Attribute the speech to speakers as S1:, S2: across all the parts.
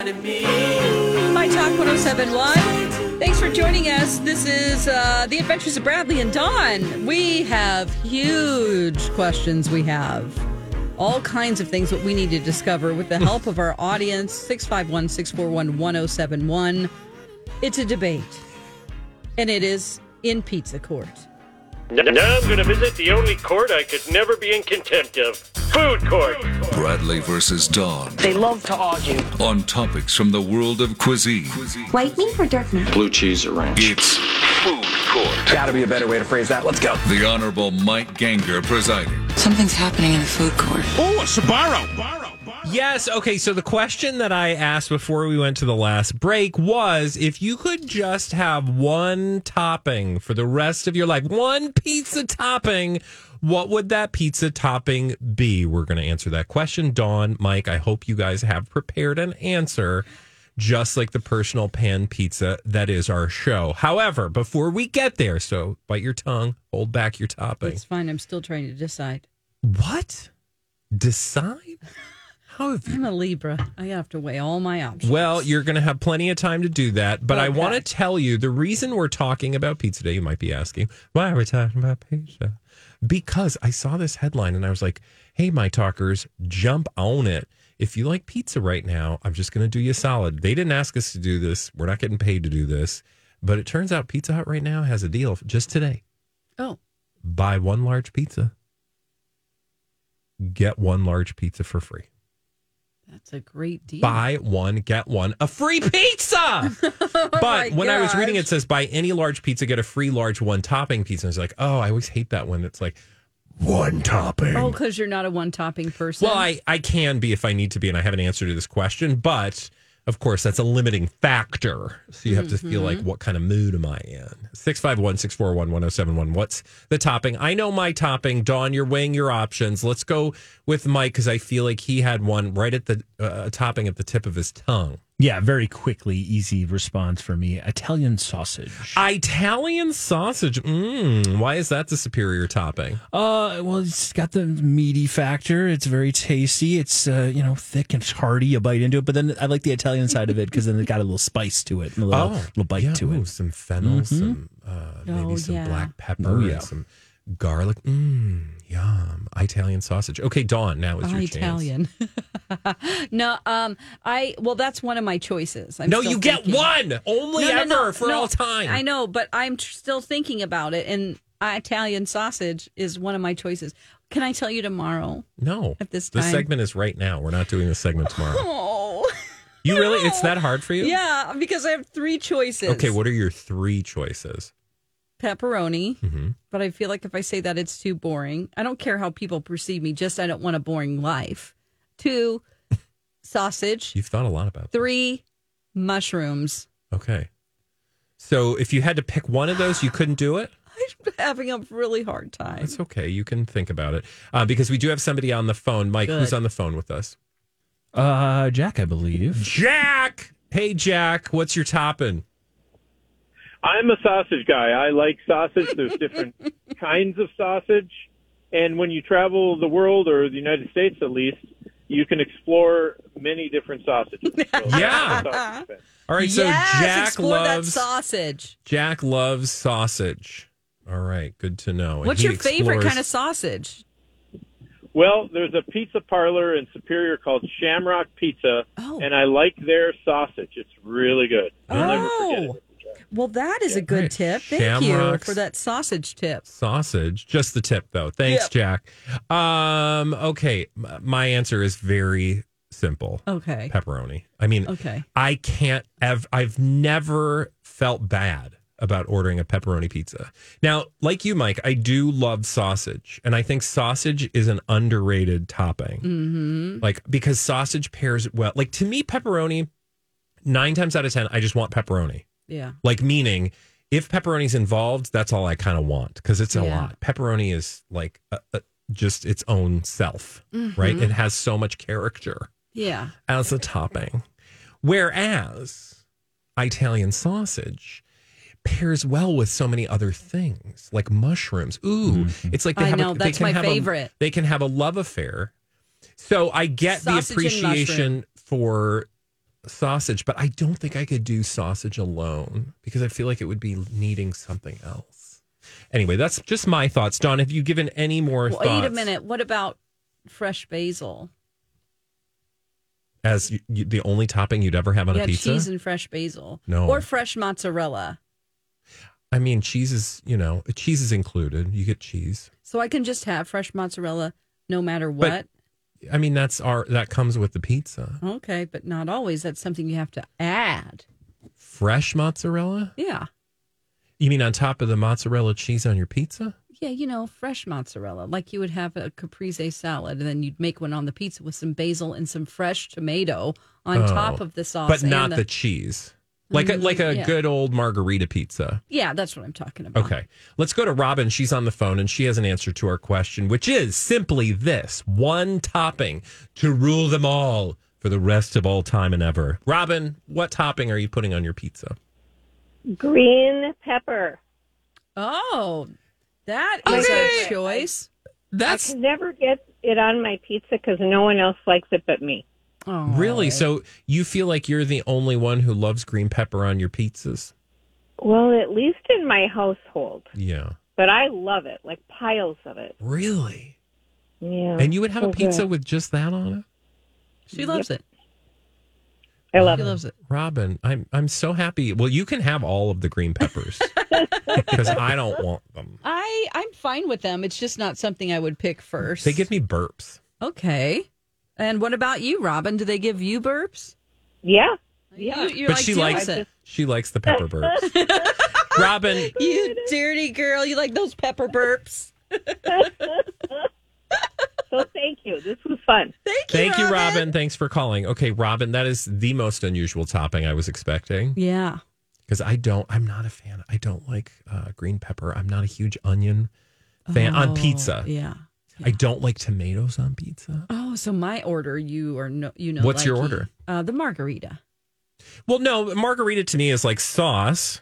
S1: My Talk 107 Live. Thanks for joining us. This is uh, The Adventures of Bradley and Dawn. We have huge questions. We have all kinds of things that we need to discover with the help of our audience 651 641 1071. It's a debate, and it is in pizza court.
S2: Now I'm going to visit the only court I could never be in contempt of food court.
S3: Bradley versus Dawn
S4: They love to argue.
S3: on topics from the world of cuisine.
S5: White meat or dark meat?
S6: blue cheese or ranch.
S3: It's Food Court.
S7: Gotta be a better way to phrase that. Let's go.
S3: The Honorable Mike Ganger presiding.
S8: Something's happening in the food court.
S9: Oh, a Sbarro.
S10: Yes. Okay. So the question that I asked before we went to the last break was if you could just have one topping for the rest of your life, one pizza topping, what would that pizza topping be? We're going to answer that question. Dawn, Mike, I hope you guys have prepared an answer just like the personal pan pizza that is our show. However, before we get there, so bite your tongue, hold back your topping.
S1: It's fine. I'm still trying to decide.
S10: What? Decide? How have you
S1: I'm a Libra. I have to weigh all my options.
S10: Well, you're going to have plenty of time to do that. But I
S1: Okay.
S10: want to tell you the reason we're talking about pizza today, you might be asking, why are we talking about pizza? Because I saw this headline and I was like, hey, my talkers, jump on it. If you like pizza right now, I'm just going to do you a solid. They didn't ask us to do this. We're not getting paid to do this. But it turns out Pizza Hut right now has a deal just today
S1: oh,
S10: buy one large pizza, get one large pizza for free.
S1: that's a great deal.
S10: buy one get one a free pizza but when i was reading it, it says buy any large pizza get a free large one topping pizza and it's like oh i always hate that one that's like one topping
S1: Oh, because you're not a one topping person.
S10: well I, I can be if i need to be and i have an answer to this question but of course that's a limiting factor so you have to feel like what kind of mood am i in 651-641-1071 what's the topping i know my topping dawn you're weighing your options let's go with mike because i feel like he had one right at the uh, topping at the tip of his tongue
S9: Yeah, very quickly, easy response for me. Italian sausage.
S10: Italian sausage. Mmm. Why is that the superior topping?
S9: Uh, well, it's got the meaty factor. It's very tasty. It's uh, you know, thick and hearty. You bite into it, but then I like the Italian side of it because then it got a little spice to it and a little, little bite
S10: Oh, yeah,
S9: to
S10: ooh,
S9: it.
S10: Some fennel, some uh, maybe
S1: Oh,
S10: some
S1: yeah.
S10: black pepper,
S9: Oh,
S10: and
S9: yeah.
S10: some garlic. Mmm. Yum. Italian sausage. Okay, Dawn. Now is your chance.
S1: Italian. no, um, I well, that's one of my choices. I'm
S10: No,
S1: still
S10: you get
S1: thinking.
S10: one only
S1: No, no,
S10: ever
S1: no,
S10: for
S1: no,
S10: all time.
S1: I know, but I'm tr- still thinking about it, and Italian sausage is one of my choices. Can I tell you tomorrow?
S10: No,
S1: At this
S10: the
S1: time.
S10: segment is right now. We're not doing the segment tomorrow.
S1: Oh,
S10: you really? It's that hard for you?
S1: yeah, because I have three choices.
S10: Okay. What are your three choices?
S1: pepperoni?
S10: Mm-hmm.
S1: But I feel like if I say that, it's too boring. I don't care how people perceive me. Just I don't want a boring life. Two, sausage.
S10: You've thought a lot about. this.
S1: Three, mushrooms.
S10: Okay. So if you had to pick one of those, you couldn't do it.
S1: I'm having a really hard time.
S10: It's okay. You can think about it uh, because we do have somebody on the phone. Mike, who's
S1: Good.
S10: on the phone with us?
S9: Uh, Jack, I believe.
S10: Jack. Hey, Jack. What's your topping?
S2: I'm a sausage guy. I like sausage. There's different kinds of sausage. And when you travel the world or the United States at least, you can explore many different sausages. So
S10: Yeah.
S2: I'm a sausage fan.
S10: All right. So
S1: yes,
S10: Jack
S1: explore
S10: loves
S1: that sausage.
S10: Jack loves sausage. All right. Good to know. And
S1: What's
S10: he
S1: your favorite
S10: explores-
S1: kind of sausage?
S2: Well, there's a pizza parlor in Superior called Shamrock Pizza,
S1: Oh.
S2: and I like their sausage. It's really good. I'll never forget it.
S1: Oh, well, that is a good
S10: Right.
S1: tip. Thank
S10: Shamrocks.
S1: you for that sausage tip.
S10: sausage? Just the tip, though. Thanks, Jack. Um. Okay. M- my answer is very simple.
S1: Okay.
S10: Pepperoni. I mean,
S1: Okay.
S10: I can't ever, I've never felt bad about ordering a pepperoni pizza. Now, like you, Mike, I do love sausage. And I think sausage is an underrated topping. Mm-hmm. Like, because sausage pairs well. Like, to me, pepperoni nine times out of ten, I just want pepperoni.
S1: Yeah.
S10: Like meaning, if pepperoni's involved, that's all I kind of want because it's a
S1: Yeah.
S10: lot. Pepperoni is like a, a, just its own self, right? It has so much character
S1: Yeah.
S10: as a topping, whereas Italian sausage pairs well with so many other things like mushrooms. Ooh, it's like they
S1: I
S10: have
S1: know,
S10: a,
S1: that's
S10: they can
S1: my
S10: have a-
S1: favorite.
S10: they can have a love affair. So I get
S1: Sausage
S10: the
S1: and
S10: appreciation for sausage, but I don't think I could do sausage alone because I feel like it would be needing something else. Anyway, that's just my thoughts. Don, have you given any more
S1: Well,
S10: thoughts
S1: wait a minute. What about fresh basil?
S10: as you, you, the only topping you'd ever have on
S1: yeah,
S10: a pizza?
S1: cheese and fresh basil.
S10: No.
S1: Or fresh mozzarella.
S10: I mean, cheese is, you know, cheese is included. You get cheese.
S1: So I can just have fresh mozzarella no matter what.
S10: But- I mean, that's our that comes with the pizza.
S1: okay, but not always. That's something you have to add.
S10: Fresh mozzarella?
S1: Yeah.
S10: You mean on top of the mozzarella cheese on your pizza?
S1: Yeah, you know, fresh mozzarella, like you would have a caprese salad, and then you'd make one on the pizza with some basil and some fresh tomato on top
S10: Oh,
S1: of the sauce.
S10: but not
S1: and
S10: the, cheese. Like a, like a
S1: yeah.
S10: good old margarita pizza.
S1: yeah, that's what I'm talking about.
S10: Okay. Let's go to Robin. She's on the phone and she has an answer to our question, which is simply this one topping to rule them all for the rest of all time and ever. Robin, what topping are you putting on your pizza?
S4: Green pepper.
S1: Oh, that is a choice.
S10: That's
S4: Never get it on my pizza because no one else likes it but me.
S1: Oh,
S10: Really? So you feel like you're the only one who loves green pepper on your pizzas?
S4: Well, at least in my household.
S10: Yeah.
S4: But I love it, like piles of it.
S10: Really?
S4: Yeah.
S10: And you would have a
S4: so
S10: pizza
S4: good.
S10: with just that on it?
S1: she loves it.
S4: I love
S1: She
S4: it.
S1: loves it.
S10: Robin, I'm I'm so happy. Well, you can have all of the green peppers because I don't want them.
S1: I I'm fine with them. It's just not something I would pick first.
S10: They give me burps.
S1: okay. And what about you, Robin? Do they give you burps?
S4: Yeah. Yeah.
S1: You, you're
S10: But
S1: like
S10: she
S1: deal
S10: likes-
S1: with it.
S10: She likes the pepper burps. Robin,
S1: You dirty girl. You like those pepper burps?
S4: So thank you. This was fun.
S1: Thank you.
S10: thank you, Robin. Thanks for calling. Okay, Robin, that is the most unusual topping I was expecting.
S1: Yeah.
S10: because I don't. I'm not a fan. I don't like uh, green pepper. I'm not a huge onion fan
S1: Oh,
S10: on pizza.
S1: Yeah.
S10: I don't like tomatoes on pizza.
S1: Oh, so my order, you are no, you know.
S10: What's your
S1: likey.
S10: order?
S1: Uh, the margarita.
S10: Well, no, margarita to me is like sauce,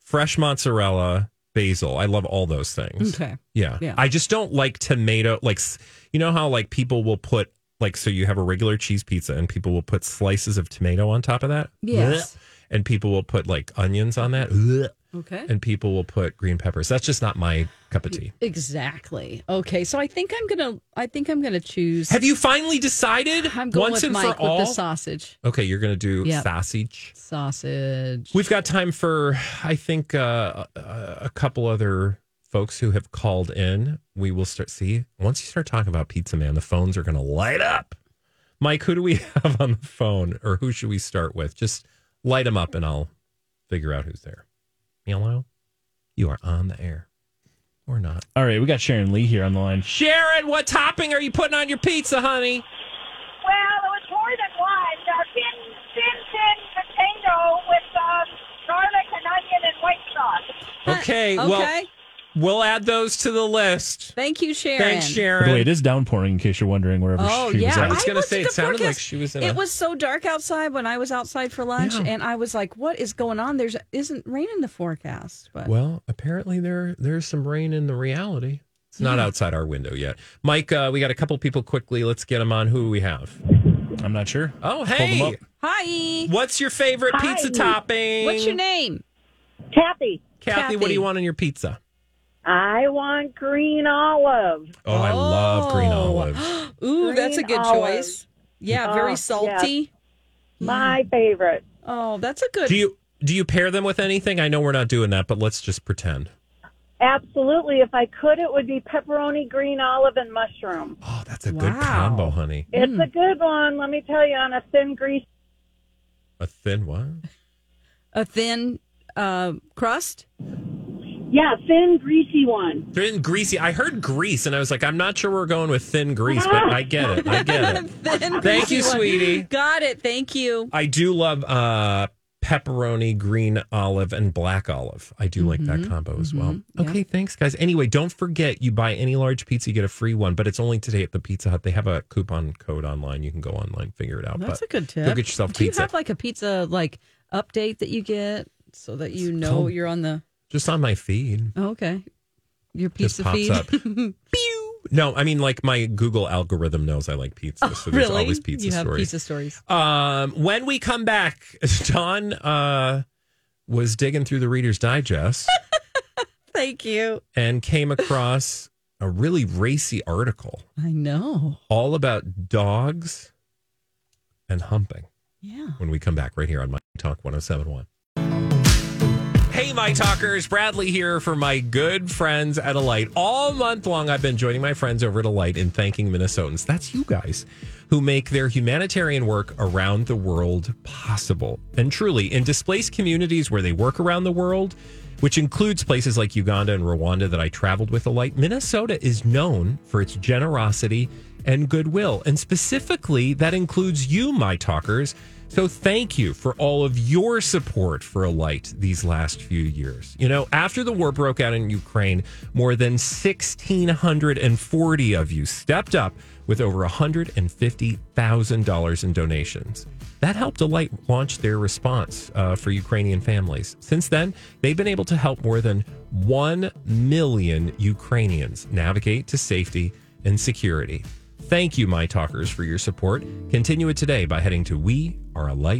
S10: fresh mozzarella, basil. I love all those things.
S1: Okay.
S10: Yeah.
S1: Yeah.
S10: I just don't like tomato. Like, s- you know how like people will put like so you have a regular cheese pizza and people will put slices of tomato on top of that.
S1: Yes.
S10: Blech. And people will put like onions on that. Blech.
S1: Okay.
S10: And people will put green peppers. That's just not my cup of tea.
S1: Exactly. Okay. So I think I'm gonna. I think I'm gonna choose.
S10: Have you finally decided
S1: I'm going
S10: once
S1: with
S10: and
S1: Mike
S10: for all?
S1: with the sausage.
S10: okay, you're going to do
S1: Yep.
S10: sausage.
S1: Sausage.
S10: We've got time for, I think, uh, a- a couple other folks who have called in. We will start. See, once you start talking about Pizza Man, the phones are going to light up. Mike, who do we have on the phone, or who should we start with? Just light them up, and I'll figure out who's there. Hello, you are on the air, or not?
S9: All right, we got Sharon Lee here on the line.
S10: Sharon, what topping are you putting on your pizza, honey?
S5: Well, it was more than one. A thin, thin, thin potato with um, garlic and onion and white sauce.
S10: Okay,
S1: Okay.
S10: well, We'll add those to the list.
S1: Thank you, Sharon.
S10: Thanks, Sharon.
S9: By the way, it is downpouring in case you're wondering wherever
S1: Oh
S9: she
S1: yeah,
S9: was
S10: I
S9: at.
S10: was gonna
S1: looked
S10: say,
S1: at
S10: it
S1: the
S10: sounded
S1: forecast.
S10: like she was in a-
S1: It was so dark outside when I was outside for lunch,
S10: Yeah.
S1: and I was like, "What is going on?" There's isn't rain in the forecast, but
S10: well, apparently there there's some rain in the reality. It's not outside our window yet. Mike, uh, we got a couple people quickly. Let's get them on. Who do we have?
S9: I'm not sure.
S10: Oh,
S9: them
S10: hey.
S9: up.
S1: hi.
S10: What's your favorite
S4: Hi.
S10: pizza topping?
S1: What's your name?
S4: Kathy,
S10: Kathy, what do
S1: Kathy.
S10: you want on your pizza?
S4: I want green olive.
S10: Oh, I love green
S1: Oh.
S10: olives.
S1: Ooh, that's a
S4: Green
S1: good
S4: olive.
S1: choice. Uh, Yeah, very
S4: Oh,
S1: salty.
S5: Mm.
S4: My favorite.
S1: Oh, that's a good.
S10: Do you do you pair them with anything? I know we're not doing that, but let's just pretend.
S4: Absolutely. If I could, it would be pepperoni, green olive, and mushroom.
S10: Oh, that's a
S1: Wow.
S10: good combo, honey.
S4: It's
S5: Mm.
S4: a good one. Let me tell you, on a thin grease.
S10: A thin what?
S1: a thin uh, crust.
S4: Yeah, thin, greasy one.
S10: Thin greasy. I heard grease, and I was like, I'm not sure we're going with thin grease, but I get it. I get it.
S1: Thin,
S10: Thank you,
S1: greasy one.
S10: sweetie.
S1: Got it. Thank you.
S10: I do love uh, pepperoni, green olive, and black olive. I do like
S1: Mm-hmm.
S10: that combo as well. Okay, thanks, guys. Anyway, don't forget you buy any large pizza, you get a free one, but it's only today at the Pizza Hut. They have a coupon code online. You can go online, figure it out.
S1: That's a
S10: but
S1: good tip.
S10: Go get yourself
S1: Do you
S10: pizza.
S1: have like a pizza like update that you get so that you know
S10: called-
S1: you're on the?
S10: Just on my feed.
S1: Oh, okay, your
S10: Just
S1: pizza
S10: pops
S1: feed.
S10: up. Pew! No, I mean like my Google algorithm knows I like pizza, so there's
S1: Oh, really?
S10: always pizza
S1: you have
S10: stories.
S1: pizza stories.
S10: Um, when we come back, Don uh, was digging through the Reader's Digest.
S1: Thank you.
S10: and came across a really racy article
S1: I know.
S10: all about dogs and humping
S1: Yeah.
S10: when we come back right here on My Talk 1071. Hey, My Talkers, Bradley here for my good friends at Alight. All month long, I've been joining my friends over at Alight in thanking Minnesotans. That's you guys who make their humanitarian work around the world possible. And truly, in displaced communities where they work around the world, which includes places like Uganda and Rwanda that I traveled with Alight, Minnesota is known for its generosity and goodwill. And specifically, that includes you, my talkers. So thank you for all of your support for Alight these last few years. You know, after the war broke out in Ukraine, more than 1,640 of you stepped up with over $150,000 in donations. That helped Alight launch their response uh, for Ukrainian families. Since then, they've been able to help more than 1 million Ukrainians navigate to safety and security. Thank you, my talkers, for your support. Continue it today by heading to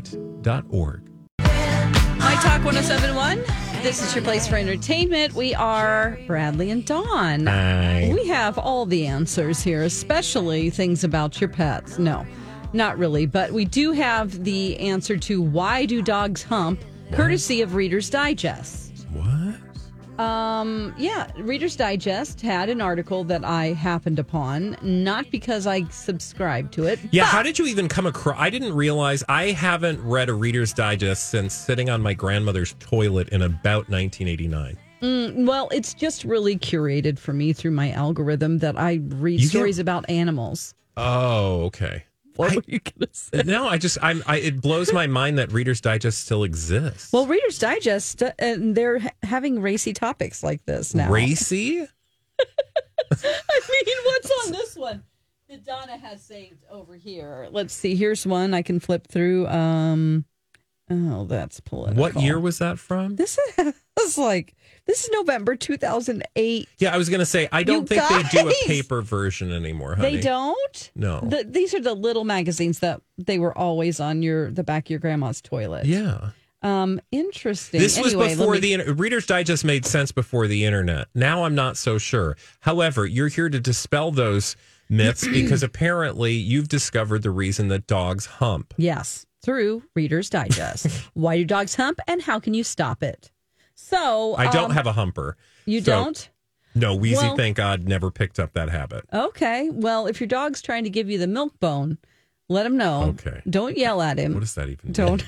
S10: wearealight.org.
S1: My Talk 1071. This is your place for entertainment. We are Bradley and Dawn.
S10: Hi.
S1: We have all the answers here, especially things about your pets. No, not really, but we do have the answer to why do dogs hump, courtesy of Reader's Digest.
S10: What?
S1: Um, yeah, Reader's Digest had an article that I happened upon, not because I subscribed to it.
S10: Yeah,
S1: but-
S10: how did you even come across? I didn't realize I haven't read a Reader's Digest since sitting on my grandmother's toilet in about 1989.
S1: Well, it's just really curated for me through my algorithm that I read
S10: You get-
S1: stories about animals.
S10: Oh, okay.
S1: What
S10: I-
S1: were you going to say?
S10: No, I just I'm I, it blows my mind that Reader's Digest still exists.
S1: Well, Reader's Digest, uh, and they're ha- having racy topics like this now.
S10: racy.
S1: I mean, what's on this one that Donna has saved over here? Let's see. Here's one I can flip through. Um, oh, that's political.
S10: What year was that from?
S1: This is like this is November 2008.
S10: Yeah, I was gonna say I don't
S1: You
S10: think they do a
S1: guys!
S10: paper version anymore. Honey.
S1: They don't.
S10: No.
S1: The, these are the little magazines that they were always on your the back of your grandma's toilet.
S10: Yeah.
S1: Um, interesting.
S10: This
S1: Anyway,
S10: was
S1: let
S10: before
S1: me-
S10: the inter- Reader's Digest made sense before the internet. Now I'm not so sure. However, you're here to dispel those myths because apparently you've discovered the reason that dogs hump.
S1: Yes, through Reader's Digest. Why do dogs hump and how can you stop it? So
S10: I don't
S1: um,
S10: have a humper.
S1: You
S10: so-
S1: don't?
S10: No, Wheezy,
S1: Well-
S10: thank God, never picked up that habit.
S1: Okay. Well, if your dog's trying to give you the milk bone, let him know.
S10: Okay.
S1: Don't yell at him.
S10: What does that even mean?
S1: Um, don't.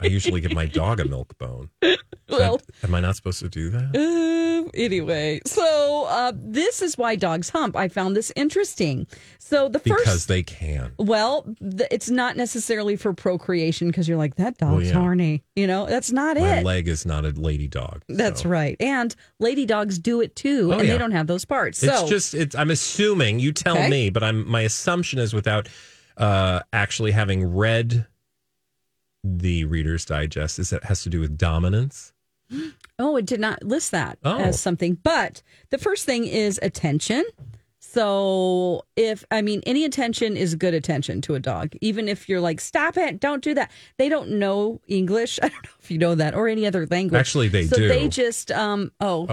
S10: I usually give my dog a milk bone.
S1: well,
S10: Am I not supposed to do that?
S1: Uh, anyway, so uh, this is why dogs hump. I found this interesting. So the
S10: Because
S1: first,
S10: they can.
S1: well, th- it's not necessarily for procreation because you're like that dog's
S10: Well, yeah.
S1: horny. You know, that's not
S10: My
S1: it.
S10: leg is not a lady dog.
S1: That's
S10: so.
S1: right. And lady dogs do it too,
S10: Oh,
S1: and
S10: yeah.
S1: they don't have those parts. So
S10: It's just it's I'm assuming you tell
S1: Okay.
S10: me, but I'm my assumption is without uh actually having read the Reader's Digest is that it has to do with dominance.
S1: Oh, it did not list that
S10: Oh.
S1: as something. But the first thing is attention. So if I mean any attention is good attention to a dog, even if you're like, stop it, don't do that. They don't know English. I don't know if you know that or any other language.
S10: Actually, they
S1: so
S10: do. Uh,
S1: They just um oh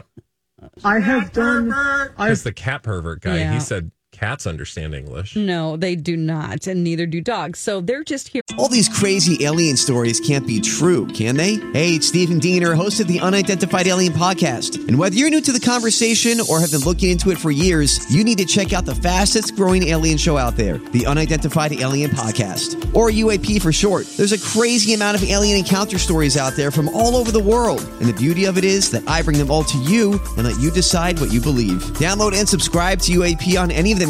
S4: I have done.
S10: Because the cat pervert guy,
S1: Yeah. Hmm.
S10: he said cats understand English.
S1: No, they do not, and neither do dogs. So they're just here.
S6: All these crazy alien stories can't be true, can they? Hey, it's Stephen Diener, host of the Unidentified Alien Podcast. And whether you're new to the conversation or have been looking into it for years, you need to check out the fastest growing alien show out there, the Unidentified Alien Podcast, or UAP for short. There's a crazy amount of alien encounter stories out there from all over the world. And the beauty of it is that I bring them all to you and let you decide what you believe. Download and subscribe to UAP on any of the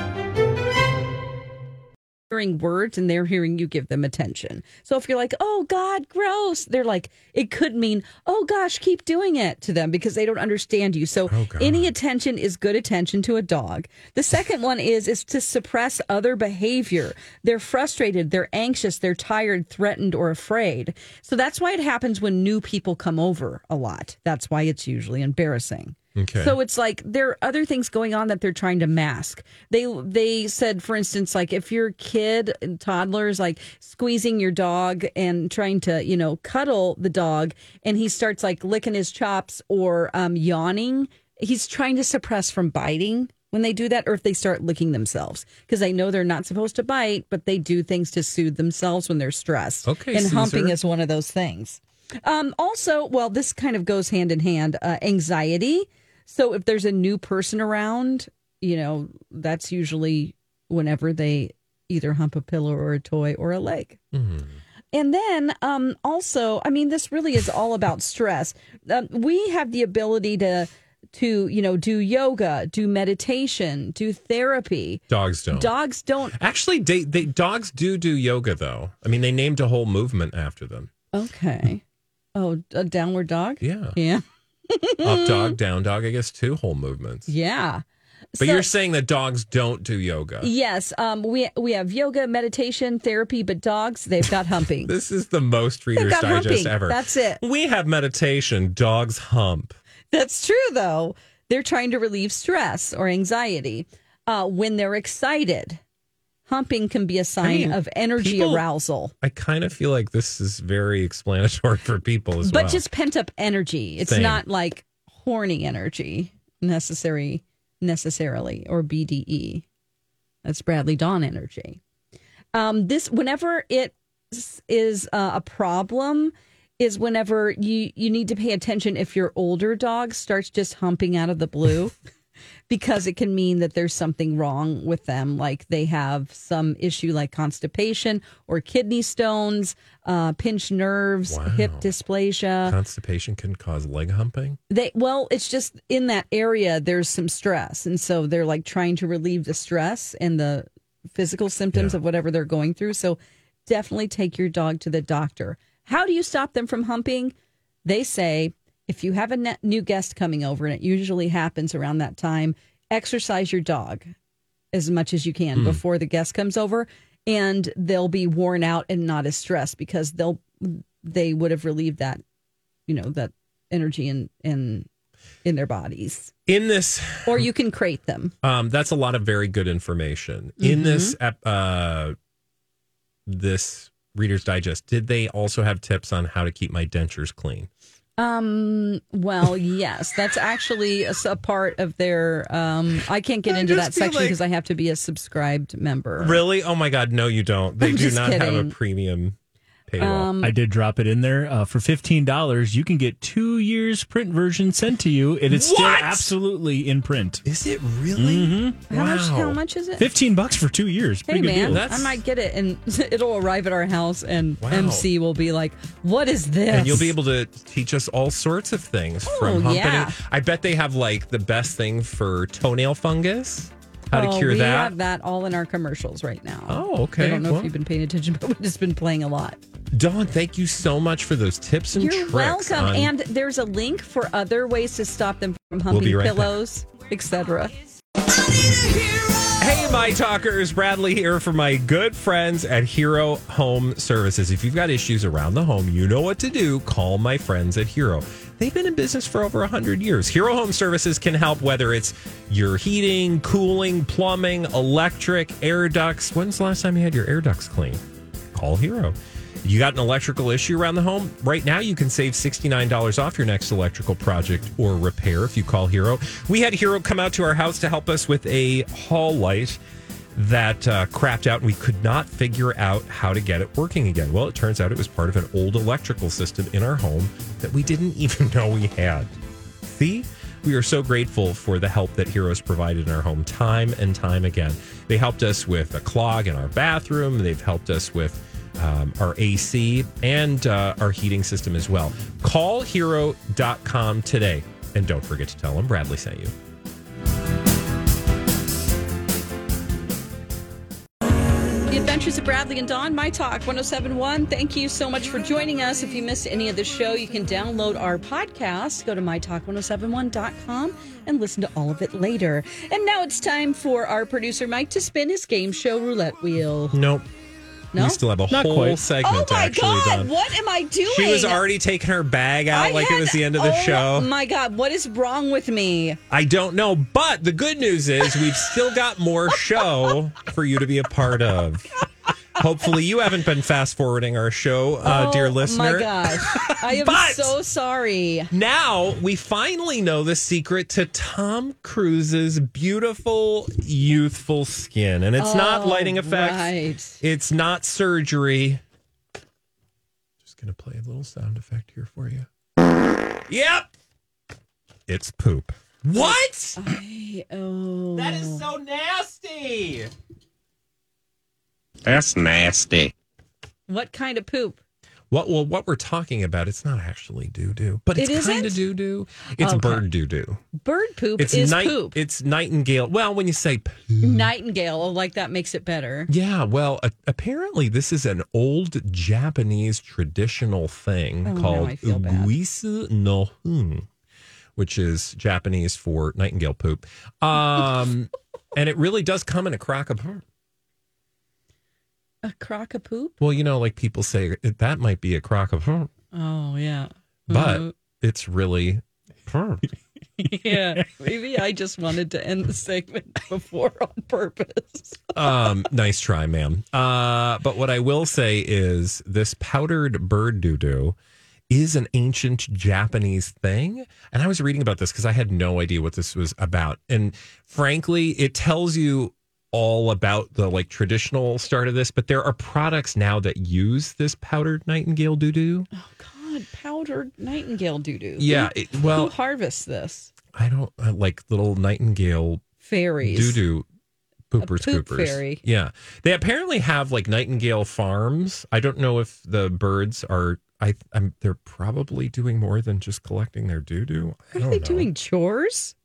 S1: Hearing words, and they're hearing you give them attention. So if you're like, "Oh God, gross," they're like, it could mean, "Oh gosh, keep doing it" to them because they don't understand you. So any attention is good attention to a dog. The second one is is to suppress other behavior. They're frustrated, they're anxious, they're tired, threatened, or afraid. So that's why it happens when new people come over a lot. That's why it's usually embarrassing.
S10: Okay.
S1: So it's like there are other things going on that they're trying to mask. They they said, for instance, like if your kid and toddlers like squeezing your dog and trying to you know cuddle the dog, and he starts like licking his chops or um, yawning, he's trying to suppress from biting when they do that, or if they start licking themselves because they know they're not supposed to bite, but they do things to soothe themselves when they're stressed.
S10: Okay,
S1: and
S10: Caesar.
S1: humping is one of those things. Um, also, well, this kind of goes hand in hand. Uh, anxiety. So if there's a new person around, you know, that's usually whenever they either hump a pillow or a toy or a leg.
S10: Mm-hmm.
S1: And then um, also, I mean, this really is all about stress. Um, we have the ability to to you know do yoga, do meditation, do therapy.
S10: Dogs don't.
S1: Dogs don't.
S10: Actually, they, they dogs do do yoga though. I mean, they named a whole movement after them.
S1: Okay. Oh, a downward dog.
S10: Yeah.
S1: Yeah.
S10: Up dog, down dog. I guess two whole movements.
S1: Yeah.
S10: But
S1: So-
S10: you're saying that dogs don't do yoga.
S1: Yes, um, we we have yoga, meditation, therapy, but dogs they've got humping.
S10: This is the most Reader's
S1: got
S10: Digest
S1: humping.
S10: ever.
S1: That's it.
S10: We have meditation. Dogs hump.
S1: That's true, though. They're trying to relieve stress or anxiety uh, when they're excited. Humping can be a sign
S10: mean,
S1: of energy
S10: people-
S1: arousal,
S10: I kind of feel like this is very explanatory for people as
S1: but
S10: well.
S1: just pent up energy. It's
S10: Same.
S1: not like horny energy necessary necessarily or BDE. That's Bradley Dawn energy. Um, this whenever it s- is uh, a problem is whenever you you need to pay attention if your older dog starts just humping out of the blue. because it can mean that there's something wrong with them, like they have some issue like constipation or kidney stones, uh, pinched nerves,
S10: Wow.
S1: hip dysplasia.
S10: constipation can cause leg humping.
S1: They well, it's just in that area there's some stress, and so they're like trying to relieve the stress and the physical symptoms of whatever they're going through. So definitely take your dog to the doctor. How do you stop them from humping? They say if you have a ne- new guest coming over, and it usually happens around that time, exercise your dog as much as you can before the guest comes over, and they'll be worn out and not as stressed because they'll they would have relieved that you know that energy in in in their bodies
S10: In this,
S1: or you can crate them
S10: um, that's a lot of very good information.
S1: Mm-hmm.
S10: In this, ep- uh, this Reader's Digest, did they also have tips on how to keep my dentures clean?
S1: um well yes that's actually a, s- a part of their um i can't get
S10: I
S1: into
S10: just
S1: that
S10: feel
S1: section
S10: like-
S1: because i have to be a subscribed member
S10: Really? Oh my God, no, you don't. They
S1: I'm
S10: do
S1: just
S10: not have a
S1: kidding.
S10: premium paywall.
S1: um
S9: I did drop it in there uh, for fifteen dollars. You can get two years print version sent to you, and it's still
S10: What?
S9: absolutely in print.
S10: is it really?
S1: how much
S10: Mm-hmm. Wow.
S1: how much is it
S9: Fifteen bucks for two years.
S1: Hey
S9: Pretty good
S1: man,
S9: deal.
S10: That's-
S1: I might get it, and it'll arrive at our house, and
S10: Wow.
S1: MC will be like, "What is this?"
S10: And you'll be able to teach us all sorts of things
S1: Oh,
S10: from humping.
S1: yeah.
S10: I bet they have like the best thing for toenail fungus, how
S1: Oh,
S10: to cure
S1: we
S10: that.
S1: have that all in our commercials right now.
S10: Oh, okay.
S1: I don't know
S10: Well-
S1: if you've been paying attention, but we've just been playing a lot.
S10: Dawn, thank you so much for those tips and
S1: You're
S10: tricks.
S1: welcome.
S10: on-
S1: And there's a link for other ways to stop them from
S10: We'll
S1: humping
S10: be right back.
S1: pillows, etc.
S10: Hey, my talkers, Bradley here for my good friends at Hero Home Services. If you've got issues around the home, you know what to do. Call my friends at Hero. They've been in business for over 100 years. Hero Home Services can help whether it's your heating, cooling, plumbing, electric, air ducts. When's the last time you had your air ducts cleaned? Call Hero. You got an electrical issue around the home? Right now, you can save $69 off your next electrical project or repair if you call Hero. We had Hero come out to our house to help us with a hall light that uh, crapped out and we could not figure out how to get it working again. Well, it turns out it was part of an old electrical system in our home that we didn't even know we had. See? We are so grateful for the help that Heroes provided in our home time and time again. They helped us with a clog in our bathroom. They've helped us with um, our AC and uh, our heating system as well. Call hero.com today. And don't forget to tell them Bradley sent you.
S1: The Adventures of Bradley and Dawn, My Talk 1071. Thank you so much for joining us. If you missed any of the show, you can download our podcast. Go to mytalk1071.com and listen to all of it later. And now it's time for our producer, Mike, to spin his game show roulette wheel.
S10: Nope.
S1: No?
S10: We still have a
S1: Not
S10: whole
S1: quite.
S10: segment
S1: oh my
S10: actually
S1: God,
S10: done.
S1: what am I doing?
S10: She was already taking her bag out
S1: I
S10: like it
S1: had-
S10: was the end of the
S1: oh
S10: show.
S1: my God, what is wrong with me?
S10: I don't know, but the good news is we've still got more show for you to be a part of. Hopefully, you haven't been fast forwarding our show, uh,
S1: Oh
S10: dear listener.
S1: my gosh. I am
S10: But-
S1: so sorry.
S10: Now we finally know the secret to Tom Cruise's beautiful, youthful skin. And it's not
S1: Oh,
S10: lighting effects,
S1: right.
S10: it's not surgery. Just going to play a little sound effect here for you. Yep. It's poop. What?
S1: I- oh.
S10: That is so nasty.
S7: That's nasty.
S1: What kind of poop?
S10: What well what we're talking about, it's not actually doo doo, but
S1: It
S10: it's
S1: isn't?
S10: kind of doo doo. It's
S1: Okay.
S10: bird doo doo.
S1: Bird poop
S10: It's
S1: is
S10: night
S1: poop.
S10: it's nightingale. Well, when you say poop,
S1: Nightingale, oh, like that makes it better.
S10: Yeah, well, a- apparently this is an old Japanese traditional thing
S1: Oh, now
S10: called
S1: I feel bad.
S10: uguisu no hun, which is Japanese for nightingale poop. Um, and it really does come in a crock of
S1: A crock of poop?
S10: Well, you know, like people say that might be a crock of
S1: Oh, yeah. Mm-hmm.
S10: but it's really
S1: yeah, maybe I just wanted to end the segment before on purpose.
S10: um nice try ma'am uh but what i will say is this powdered bird doo-doo is an ancient japanese thing and i was reading about this because i had no idea what this was about and frankly it tells you all about the like traditional start of this but there are products now that use this powdered nightingale doo-doo
S1: Oh, God, powdered nightingale doo doo.
S10: yeah it,
S1: who
S10: well
S1: harvests this?
S10: i don't I like little nightingale
S1: Fairies.
S10: doo doo poopers
S1: poop
S10: scoopers.
S1: fairy.
S10: Yeah. They apparently have like nightingale farms. I don't know if the birds are I I'm they're probably doing more than just collecting their doo doo.
S1: Are they doing chores?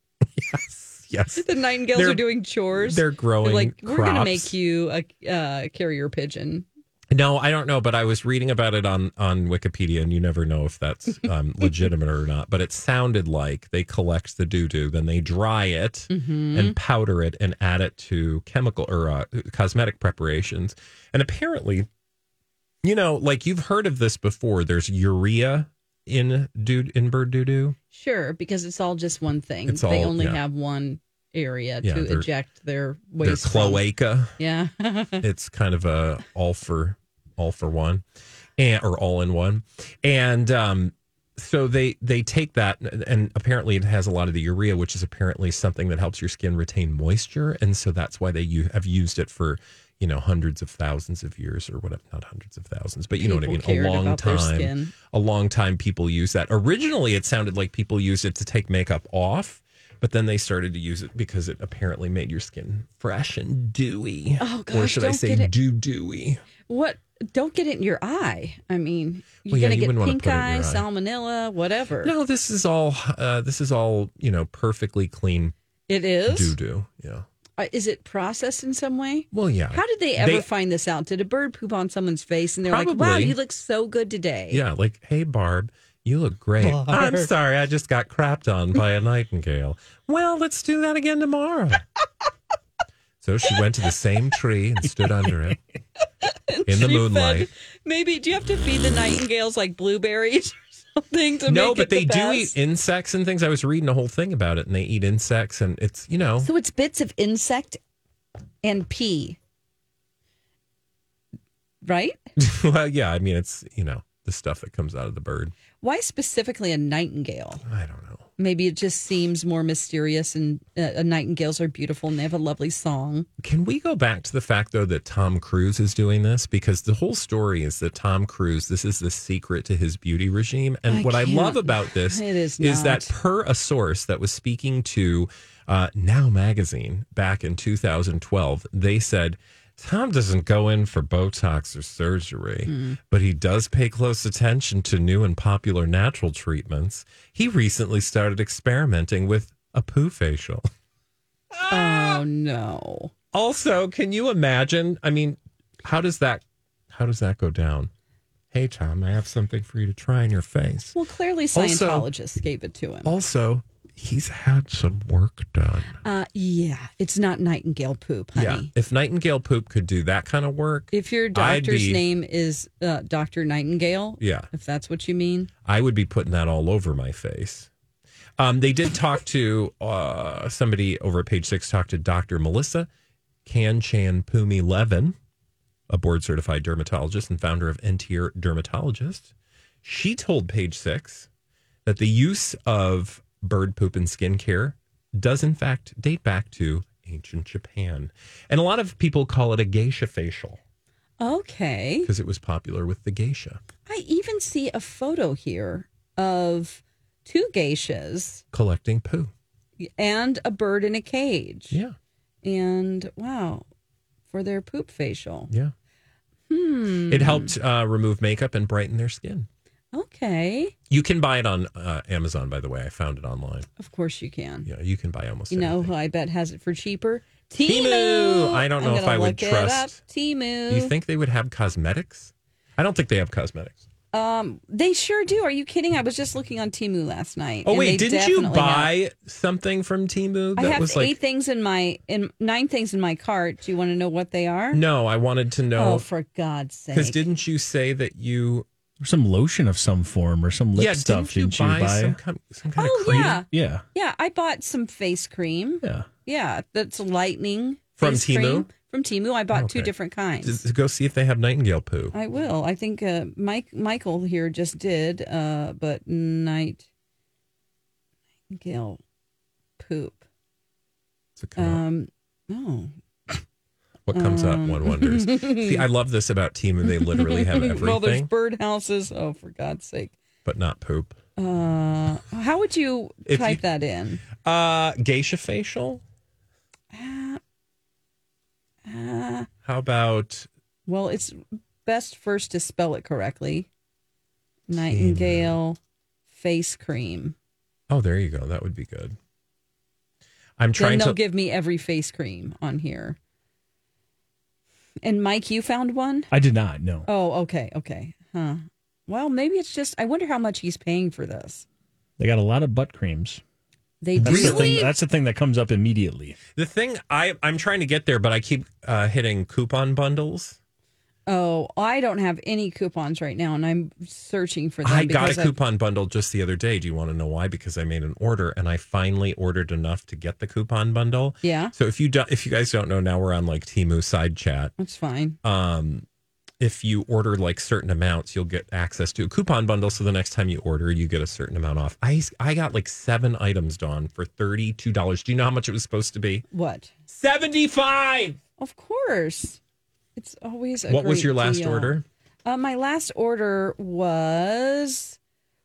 S10: Yes.
S1: The nightingales
S10: They're-
S1: are doing chores.
S10: they're growing
S1: like we're gonna
S10: crops."
S1: make you a uh, carrier pigeon.
S10: No, I don't know, but I was reading about it on on Wikipedia and you never know if that's um, legitimate or not, but it sounded like they collect the doo doo, then they dry it
S1: Mhm.
S10: and powder it and add it to chemical or uh, cosmetic preparations. And apparently, you know, like you've heard of this before. There's urea in dude in bird doo doo.
S1: Sure, because it's all just one thing.
S10: It's
S1: they
S10: all-
S1: only
S10: yeah.
S1: have one area
S10: Yeah,
S1: to
S10: they're-
S1: eject their
S10: Their
S1: waste. from.
S10: cloaca.
S1: Yeah.
S10: it's kind of a all for all for one, and or all in one. And um, so they they take that and, and apparently it has a lot of the urea, which is apparently something that helps your skin retain moisture, and so that's why they u- have used it for you know hundreds of thousands of years or whatever not hundreds of thousands but you know
S1: People
S10: what i mean
S1: cared
S10: a long
S1: about their
S10: time
S1: skin.
S10: a long time people use that originally it sounded like people used it to take makeup off but then they started to use it because it apparently made your skin fresh and dewy
S1: Oh,
S10: or
S1: gosh,
S10: should i
S1: don't
S10: say
S1: get it-
S10: doo dewy
S1: What? Don't get it in your eye. I mean, you're
S10: Well, yeah,
S1: gonna
S10: you
S1: get
S10: wouldn't wanna
S1: pink
S10: put it in
S1: eye,
S10: your eye.
S1: salmonella, whatever.
S10: no this is all uh, this is all you know perfectly clean
S1: it is.
S10: doo doo yeah
S1: uh, is it processed in some way?
S10: Well, yeah.
S1: How did they ever
S10: They-
S1: find this out? Did a bird poop on someone's face and they're like, "Wow,
S10: Probably.
S1: you look so good today"?
S10: Yeah, like, hey, Barb, you look great.
S9: Barb.
S10: I'm sorry, I just got crapped on by a nightingale. Well, let's do that again tomorrow. so she went to the same tree and stood under it in the
S1: She fed-
S10: moonlight.
S1: maybe do you have to feed the nightingales like blueberries or something to
S10: No,
S1: make
S10: but
S1: it the
S10: they do
S1: best?
S10: eat insects and things. I was reading a whole thing about it, and they eat insects, and it's you know,
S1: So it's bits of insect and pea, right?
S10: well, yeah. I mean, it's you know the stuff that comes out of the bird.
S1: Why specifically a nightingale?
S10: I don't know.
S1: Maybe it just seems more mysterious, and uh, nightingales are beautiful and they have a lovely song.
S10: Can we go back to the fact though that Tom Cruise is doing this because the whole story is that Tom Cruise this is the secret to his beauty regime and
S1: I
S10: what I love
S1: can't-
S10: about this
S1: It is
S10: that
S1: not.
S10: per a source that was speaking to uh, Now magazine back in 2012 they said Tom doesn't go in for Botox or surgery,
S1: Hmm.
S10: but he does pay close attention to new and popular natural treatments. He recently started experimenting with a poo facial. Ah!
S1: Oh no!
S10: Also, can you imagine? I mean, how does that how does that go down? Hey Tom, I have something for you to try in your face.
S1: Well, clearly
S10: Also-
S1: Scientologists gave it to him.
S10: Also, he's had some work done.
S1: Uh, yeah, it's not nightingale poop, honey.
S10: Yeah. If Nightingale Poop could do that kind of work,
S1: If your
S10: I'd
S1: doctor's
S10: be-
S1: name is uh, Doctor Nightingale,
S10: yeah,
S1: if that's what you mean,
S10: I would be putting that all over my face. Um, they did talk to uh, somebody over at Page Six. Talked to Dr. Melissa Kanchan Pumi Levin, a board certified dermatologist and founder of Entier Dermatologist. She told Page Six that the use of bird poop in skincare does in fact date back to ancient Japan, and a lot of people call it a geisha facial
S1: okay.
S10: because it was popular with the geisha.
S1: I even see a photo here of two geishas
S10: Collecting poo.
S1: and a bird in a cage.
S10: Yeah.
S1: And wow, for their poop facial.
S10: Yeah.
S1: Hmm.
S10: It helped uh, remove makeup and brighten their skin.
S1: Okay.
S10: You can buy it on uh, Amazon, by the way. I found it online.
S1: Of course you can.
S10: Yeah, you can buy almost.
S1: You know
S10: anything.
S1: who I bet has it for cheaper?
S10: Temu!
S1: Timu.
S10: I don't know if I would trust-
S1: Timu.
S10: You think they would have cosmetics? I don't think they have cosmetics.
S1: Um, they sure do. Are you kidding? I was just looking on Timu last night.
S10: Oh
S1: and they
S10: wait, didn't you
S1: definitely have-
S10: buy something from Timu
S1: I
S10: that
S1: have
S10: was
S1: eight
S10: like?
S1: things in my in nine things in my cart. Do you want to know what they are?
S10: No, I wanted to know
S1: Oh, for God's
S10: because
S1: sake!
S10: didn't you say that you?
S9: Or some lotion of some form or some lip
S10: yeah,
S9: stuff.
S10: didn't you buy,
S9: buy?
S10: some kind, some kind
S1: Oh,
S10: of cream
S1: yeah.
S9: Yeah.
S1: yeah, I bought some face cream.
S9: Yeah.
S1: Yeah, that's lightning
S10: From
S1: face
S10: Temu?
S1: cream. From Timu, I bought two
S10: Okay.
S1: different kinds.
S10: to, to go see if they have nightingale poo?
S1: I will. I think uh, Mike Michael here just did, uh, but night Nightingale poop.
S10: Does it come up?
S1: Um, no,
S10: What comes up, one wonders. See, I love this about Timu. They literally have
S1: well, there's
S10: everything,
S1: birdhouses. Oh, for God's sake!
S10: but not poop.
S1: Uh, how would you
S10: If
S1: type
S10: you-
S1: that in?
S10: Uh, geisha facial.
S1: Uh, uh,
S10: How about
S1: well, it's best first to spell it correctly. Nightingale face cream.
S10: Oh, there you go. That would be good. I'm
S1: Then
S10: trying
S1: they'll
S10: to.
S1: give me every face cream on here. And Mike, you found one?
S9: I did not. No.
S1: Oh, okay, okay. Huh. Well, maybe it's just I wonder how much he's paying for this.
S9: They got a lot of butt creams.
S1: They
S9: That's
S1: do
S9: the thing. That's the thing that comes up immediately.
S10: the thing I I'm trying to get there, but I keep uh, hitting coupon bundles.
S1: Oh, I don't have any coupons right now, and I'm searching for them.
S10: I got
S1: because
S10: a coupon bundle just the other day. Do you want to know why? Because I made an order and I finally ordered enough to get the coupon bundle.
S1: Yeah,
S10: So if you do, if you guys don't know, now we're on like Timu side chat.
S1: that's fine.
S10: Um, if you order like certain amounts, you'll get access to a coupon bundle. So the next time you order, you get a certain amount off. I I got like seven items, Dawn, for thirty two dollars. Do you know how much it was supposed to be?
S1: What?
S10: 75.
S1: Of course. It's always a
S10: What was
S1: great
S10: your last
S1: deal.
S10: order?
S1: Uh, my last order was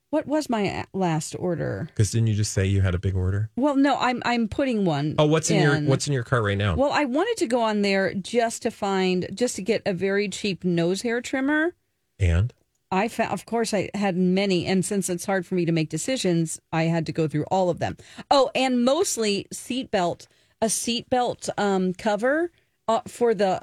S1: what was my a- last order?
S10: Because didn't you just say you had a big order?
S1: Well, no, I'm I'm putting one.
S10: Oh, what's in, your what's in your cart right now?
S1: Well, I wanted to go on there just to find just to get a very cheap nose hair trimmer.
S10: and
S1: I found, of course, I had many, and since it's hard for me to make decisions, I had to go through all of them. Oh, and mostly seatbelt a seatbelt um, cover uh, for the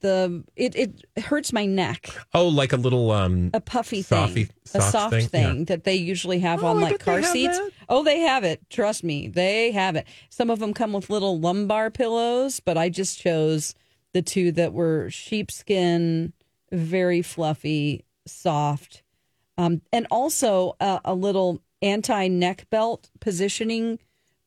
S1: the it, it hurts my neck.
S10: Oh, like a little um
S1: A puffy
S10: Softy-
S1: thing, a
S10: soft
S1: soft
S10: thing,
S1: thing,
S10: yeah.
S1: that they usually have on like car seats. Oh, they have it. Trust me, they have it. Some of them come with little lumbar pillows, but I just chose the two that were sheepskin, very fluffy, soft, um, and also a, a little anti neck belt positioning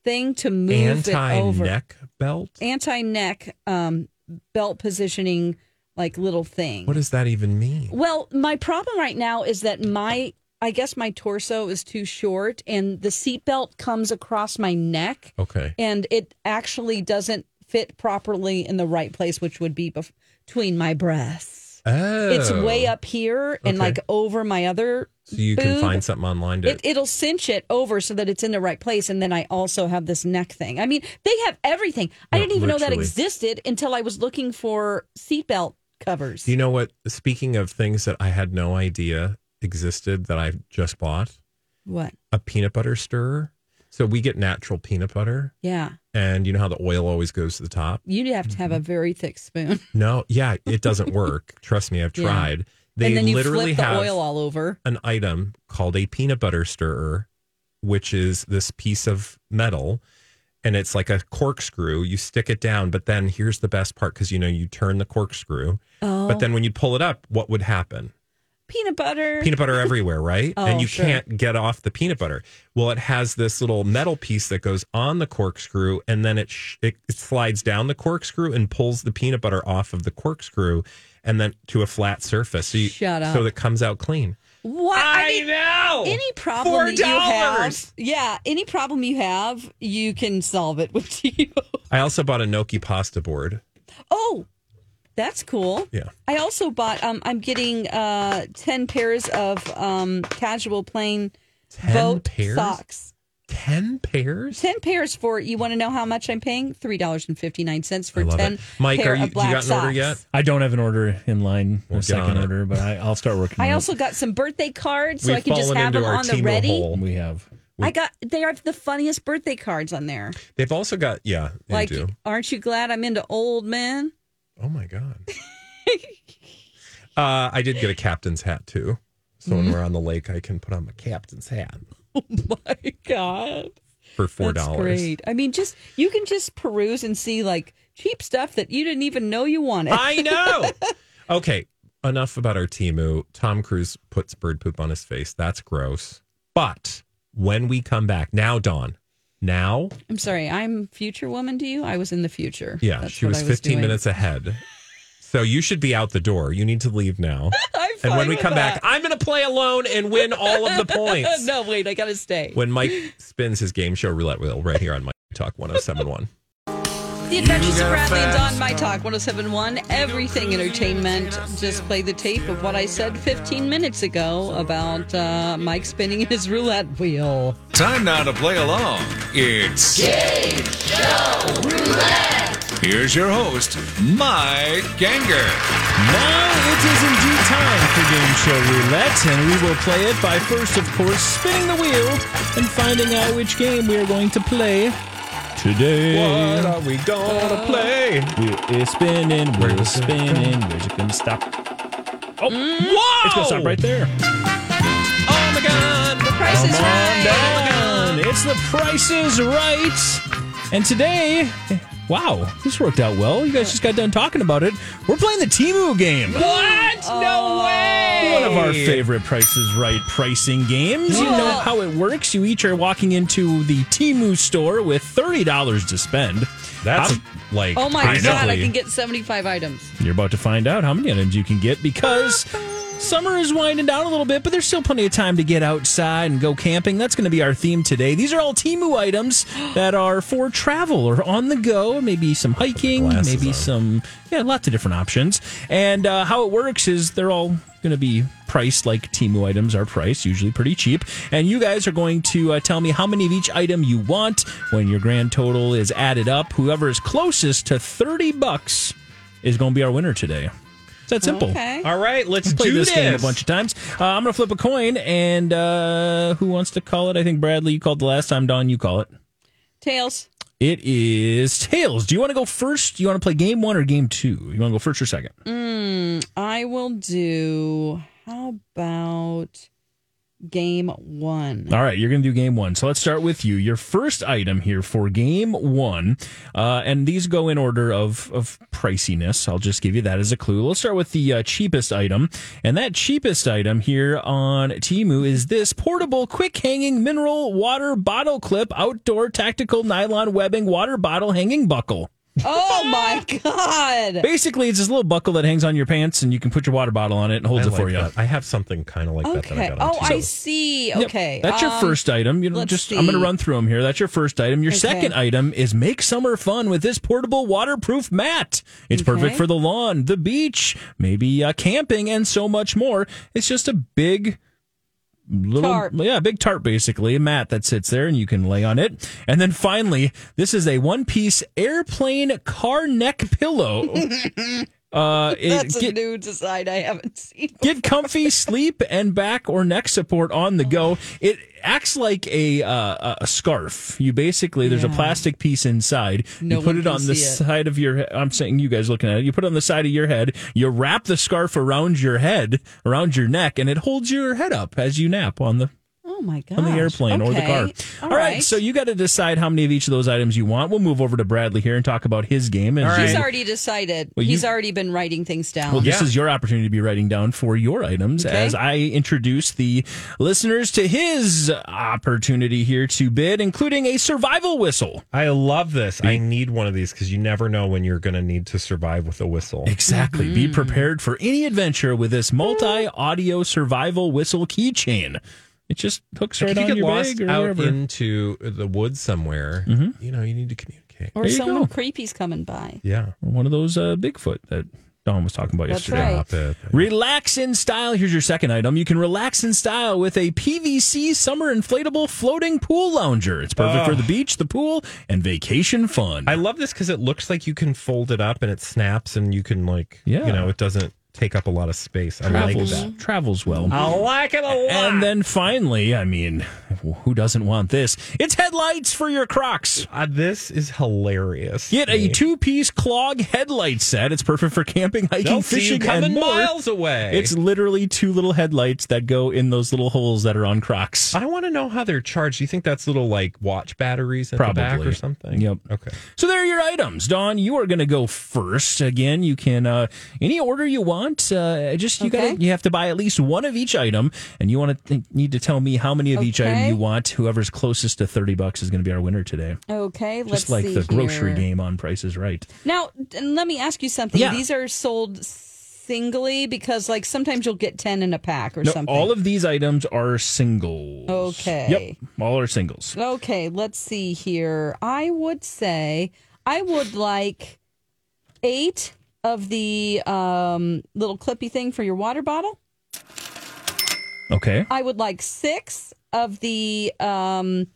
S1: thing to move it
S10: anti
S1: over
S10: neck belt.
S1: anti neck um, belt positioning like little thing.
S10: What does that even mean?
S1: Well, my problem right now is that my I guess my torso is too short and the seatbelt comes across my neck
S10: Okay.
S1: and it actually doesn't fit properly in the right place which would be bef- between my breasts.
S10: Oh,
S1: It's way up here and
S10: Okay.
S1: like over my other
S10: So you can
S1: boob.
S10: find something online to.
S1: It, it'll cinch it over so that it's in the right place, and then I also have this neck thing. I mean, they have everything. I
S10: Yeah,
S1: didn't even know that
S10: literally.
S1: existed until I was looking for seatbelt covers.
S10: Do you know what? Speaking of things that I had no idea existed that I just bought,
S1: what?
S10: a peanut butter stirrer. So we get natural peanut butter,
S1: Yeah,
S10: and you know how the oil always goes to the top.
S1: you'd have to have
S10: Mm-hmm.
S1: a very thick spoon,
S10: No, yeah, it doesn't work. Trust me, I've
S1: Yeah.
S10: tried. They
S1: and then you
S10: literally
S1: flip the
S10: have
S1: oil all over.
S10: an item called a peanut butter stirrer, which is this piece of metal and it's like a corkscrew. You stick it down, but then here's the best part because you know you turn the corkscrew,
S1: Oh,
S10: but then when you pull it up, what would happen?
S1: peanut butter.
S10: Peanut butter everywhere, right?
S1: Oh,
S10: and you
S1: sure.
S10: can't get off the peanut butter. Well, it has this little metal piece that goes on the corkscrew and then it, sh- it it slides down the corkscrew and pulls the peanut butter off of the corkscrew and then to a flat surface. So you,
S1: Shut up.
S10: so that comes out clean.
S1: What? I mean,
S10: know.
S1: any problem that you have, yeah, any problem you have, you can solve it with you.
S10: I also bought a Noki pasta board.
S1: Oh, that's cool.
S10: Yeah.
S1: I also bought. Um, I'm getting uh ten pairs of um casual plain
S10: 10
S1: boat
S10: pairs?
S1: socks.
S10: 10 pairs?
S1: Ten pairs for you. Want to know how much I'm paying? Three dollars and fifty nine cents for
S10: I love
S1: ten.
S10: it. Mike,
S1: pair
S10: are you,
S1: of
S10: do
S1: black
S10: you got an order
S1: socks.
S10: yet?
S9: I don't have an order in line,
S10: Well,
S9: a
S10: get on
S9: second
S10: it.
S9: order, but I, I'll start working.
S1: I
S9: on it.
S1: also got some birthday cards, so
S10: Mm. We've
S1: I can just
S10: fallen
S1: have
S10: into
S1: them
S10: our
S1: on the
S10: Timo
S1: ready.
S10: hole.
S9: we have.
S1: I got. They have the funniest birthday cards on there.
S10: They've also got, yeah, they
S1: like,
S10: do.
S1: aren't you glad I'm into old men?
S10: Oh my God. uh, I did get a captain's hat too. So
S1: Mm-hmm.
S10: when we're on the lake, I can put on my captain's hat
S1: Oh My God.
S10: for $4.
S1: That's great. I mean, just you can just peruse and see like cheap stuff that you didn't even know you wanted.
S10: I know. okay, enough about our Timu. Tom Cruise puts bird poop on his face. That's gross. But when we come back, now, Dawn, now,
S1: I'm sorry. I'm future woman to you. I was in the future.
S10: yeah,
S1: That's
S10: she
S1: what
S10: was
S1: I
S10: 15
S1: doing.
S10: minutes ahead. So you should be out the door. You need to leave now.
S1: I'm
S10: and when
S1: fine
S10: we
S1: with
S10: come back,
S1: that.
S10: I'm going to play alone and win all of the points.
S1: no, wait. I gotta stay.
S10: When Mike spins his game show roulette wheel right here on Mike Talk 1071.
S1: the Adventures of Bradley and Don, oh my talk 1071, everything entertainment. Just play the tape of what I said 15 minutes ago about uh, Mike spinning his roulette wheel.
S3: Time now to play along. It's Game Show Roulette. Here's your host, Mike Ganger.
S9: Now it is indeed time for Game Show Roulette, and we will play it by first, of course, spinning the wheel and finding out which game we are going to play today.
S10: What are we going to play?
S9: We're spinning, we're spinning, where's it going to stop? Oh,
S10: Whoa!
S9: it's going to stop right there.
S10: Oh my God.
S1: The price is
S9: Come on
S1: right.
S9: down. It's the Price is Right. And today, wow, this worked out well. You guys just got done talking about it. We're playing the Timu game.
S10: What?
S1: Oh.
S10: No way.
S9: One of our favorite Price is Right pricing games. You know
S1: Yeah.
S9: how it works. You each are walking into the Timu store with $30 to spend.
S10: That's
S9: I'm-
S10: like
S1: Oh my
S9: I know.
S1: God, I can get 75 items.
S9: You're about to find out how many items you can get because summer is winding down a little bit, but there's still plenty of time to get outside and go camping. That's going to be our theme today. These are all Timu items that are for travel or on the go, maybe some hiking,
S10: glasses
S9: maybe
S10: on.
S9: some, yeah, lots of different options. And uh, how it works is they're all going to be priced like Timu items are priced, usually pretty cheap. And you guys are going to uh, tell me how many of each item you want when your grand total is added up. Whoever is closest to 30 bucks is going to be our winner today. It's that simple.
S1: Okay.
S10: All right, let's
S9: Play
S10: do
S9: this,
S10: this.
S9: game a bunch of times. Uh, I'm going to flip a coin, and uh, who wants to call it? I think Bradley, you called the last time. Don, you call it.
S1: Tails.
S9: It is Tails. Do you want to go first? Do you want to play game one or game two? You want to go first or second?
S1: Mm, I will do. How about game one?
S9: All right, you're going to do game one. So let's start with you. Your first item here for game one, uh, and these go in order of, of priciness. I'll just give you that as a clue. Let's start with the uh, cheapest item. And that cheapest item here on Timu is this portable, quick hanging mineral water bottle clip, outdoor tactical nylon webbing water bottle hanging buckle.
S1: Oh my god!
S9: Basically, it's this little buckle that hangs on your pants, and you can put your water bottle on it and holds
S10: I
S9: it for
S10: like
S9: you.
S10: that. I have something kind of like that that I
S1: Okay.
S10: got
S1: Oh,
S10: onto.
S1: I see.
S9: Yep.
S1: Okay.
S9: That's your
S1: um,
S9: first item. You know,
S1: let's
S9: just I'm going
S1: see.
S9: to run through them here. That's your first item. Your
S1: Okay.
S9: second item is make summer fun with this portable waterproof mat. It's perfect
S1: Okay.
S9: for the lawn, the beach, maybe uh, camping, and so much more. It's just a big. Little,
S1: Tarp.
S9: yeah, big tarp basically, a mat that sits there and you can lay on it. And then finally, this is a one piece airplane car neck pillow. uh, it-
S1: That's
S9: get-
S1: a new design I haven't seen.
S9: Get comfy, sleep, and back or neck support on the go. It acts like a uh, a- a scarf. You basically there's a
S1: Yeah.
S9: plastic piece inside.
S1: No
S9: you put
S1: one
S9: it
S1: can
S9: on the
S1: see it.
S9: side of your. he- I'm saying you guys looking at it. You put it on the side of your head. You wrap the scarf around your head, around your neck, and it holds your head up as you nap on the
S1: Oh my god!
S9: on the airplane or the car.
S1: All
S9: All right. so you got to decide how many of each of those items you want. We'll move over to Bradley here and talk about his game. And
S10: All
S1: he's
S10: right.
S1: already decided.
S9: Well, you-
S1: he's already been writing things down.
S9: Well, this
S10: Yeah.
S9: is your opportunity to be writing down for your items
S1: Okay.
S9: as I introduce the listeners to his opportunity here to bid, including a survival whistle.
S10: I love this. I need one of these because you never know when you're going to need to survive with a whistle.
S9: Exactly. Be prepared for any adventure with this multi audio survival whistle keychain. It just hooks
S10: Like,
S9: right
S10: if you
S9: on
S10: get
S9: your
S10: lost
S9: bag or
S10: out
S9: wherever.
S10: into the woods somewhere, you know, you need to communicate.
S1: or
S9: there you
S1: someone
S9: go.
S1: creepy's coming by.
S10: Yeah.
S9: Or one of those uh, Bigfoot that Don was talking about
S1: That's
S9: yesterday.
S1: right.
S10: Stop it.
S9: Relax in style. Here's your second item. You can relax in style with a PVC summer inflatable floating pool lounger. It's perfect
S10: Oh.
S9: for the beach, the pool, and vacation fun.
S10: I love this because it looks like you can fold it up and it snaps and you can like,
S9: Yeah.
S10: you know, it doesn't take up a lot of space. I like
S9: travels
S10: that.
S9: travels well.
S10: I like it a lot.
S9: and then finally, I mean, who doesn't want this? It's headlights for your Crocs.
S10: Uh, this is hilarious.
S9: Get a
S10: Me.
S9: two-piece clog headlight set. It's perfect for camping, hiking,
S10: They'll see you
S9: fishing,
S10: coming
S9: and more.
S10: miles away.
S9: It's literally two little headlights that go in those little holes that are on Crocs.
S10: I want to know how they're charged. Do you think that's little like watch batteries at the back
S9: Probably.
S10: or something?
S9: Yep.
S10: Okay.
S9: So there are your items, Dawn. You are going to go first. Again, you can uh, any order you want. Uh, just you
S1: Okay.
S9: got you have to buy at least one of each item, and you want to th- need to tell me how many of each item
S1: Okay.
S9: you want. Whoever's closest to thirty bucks is going to be our winner today.
S1: Okay, let's
S9: Just like
S1: see
S9: the grocery
S1: here.
S9: game on Price is Right.
S1: Now, d- let me ask you something.
S9: Yeah.
S1: These are sold singly because, like, sometimes you'll get ten in a pack or
S9: No,
S1: something.
S9: all of these items are singles.
S1: Okay.
S9: Yep. All are singles.
S1: Okay, let's see here. I would say I would like eight of the um, little clippy thing for your water bottle.
S9: Okay.
S1: I would like six of the um,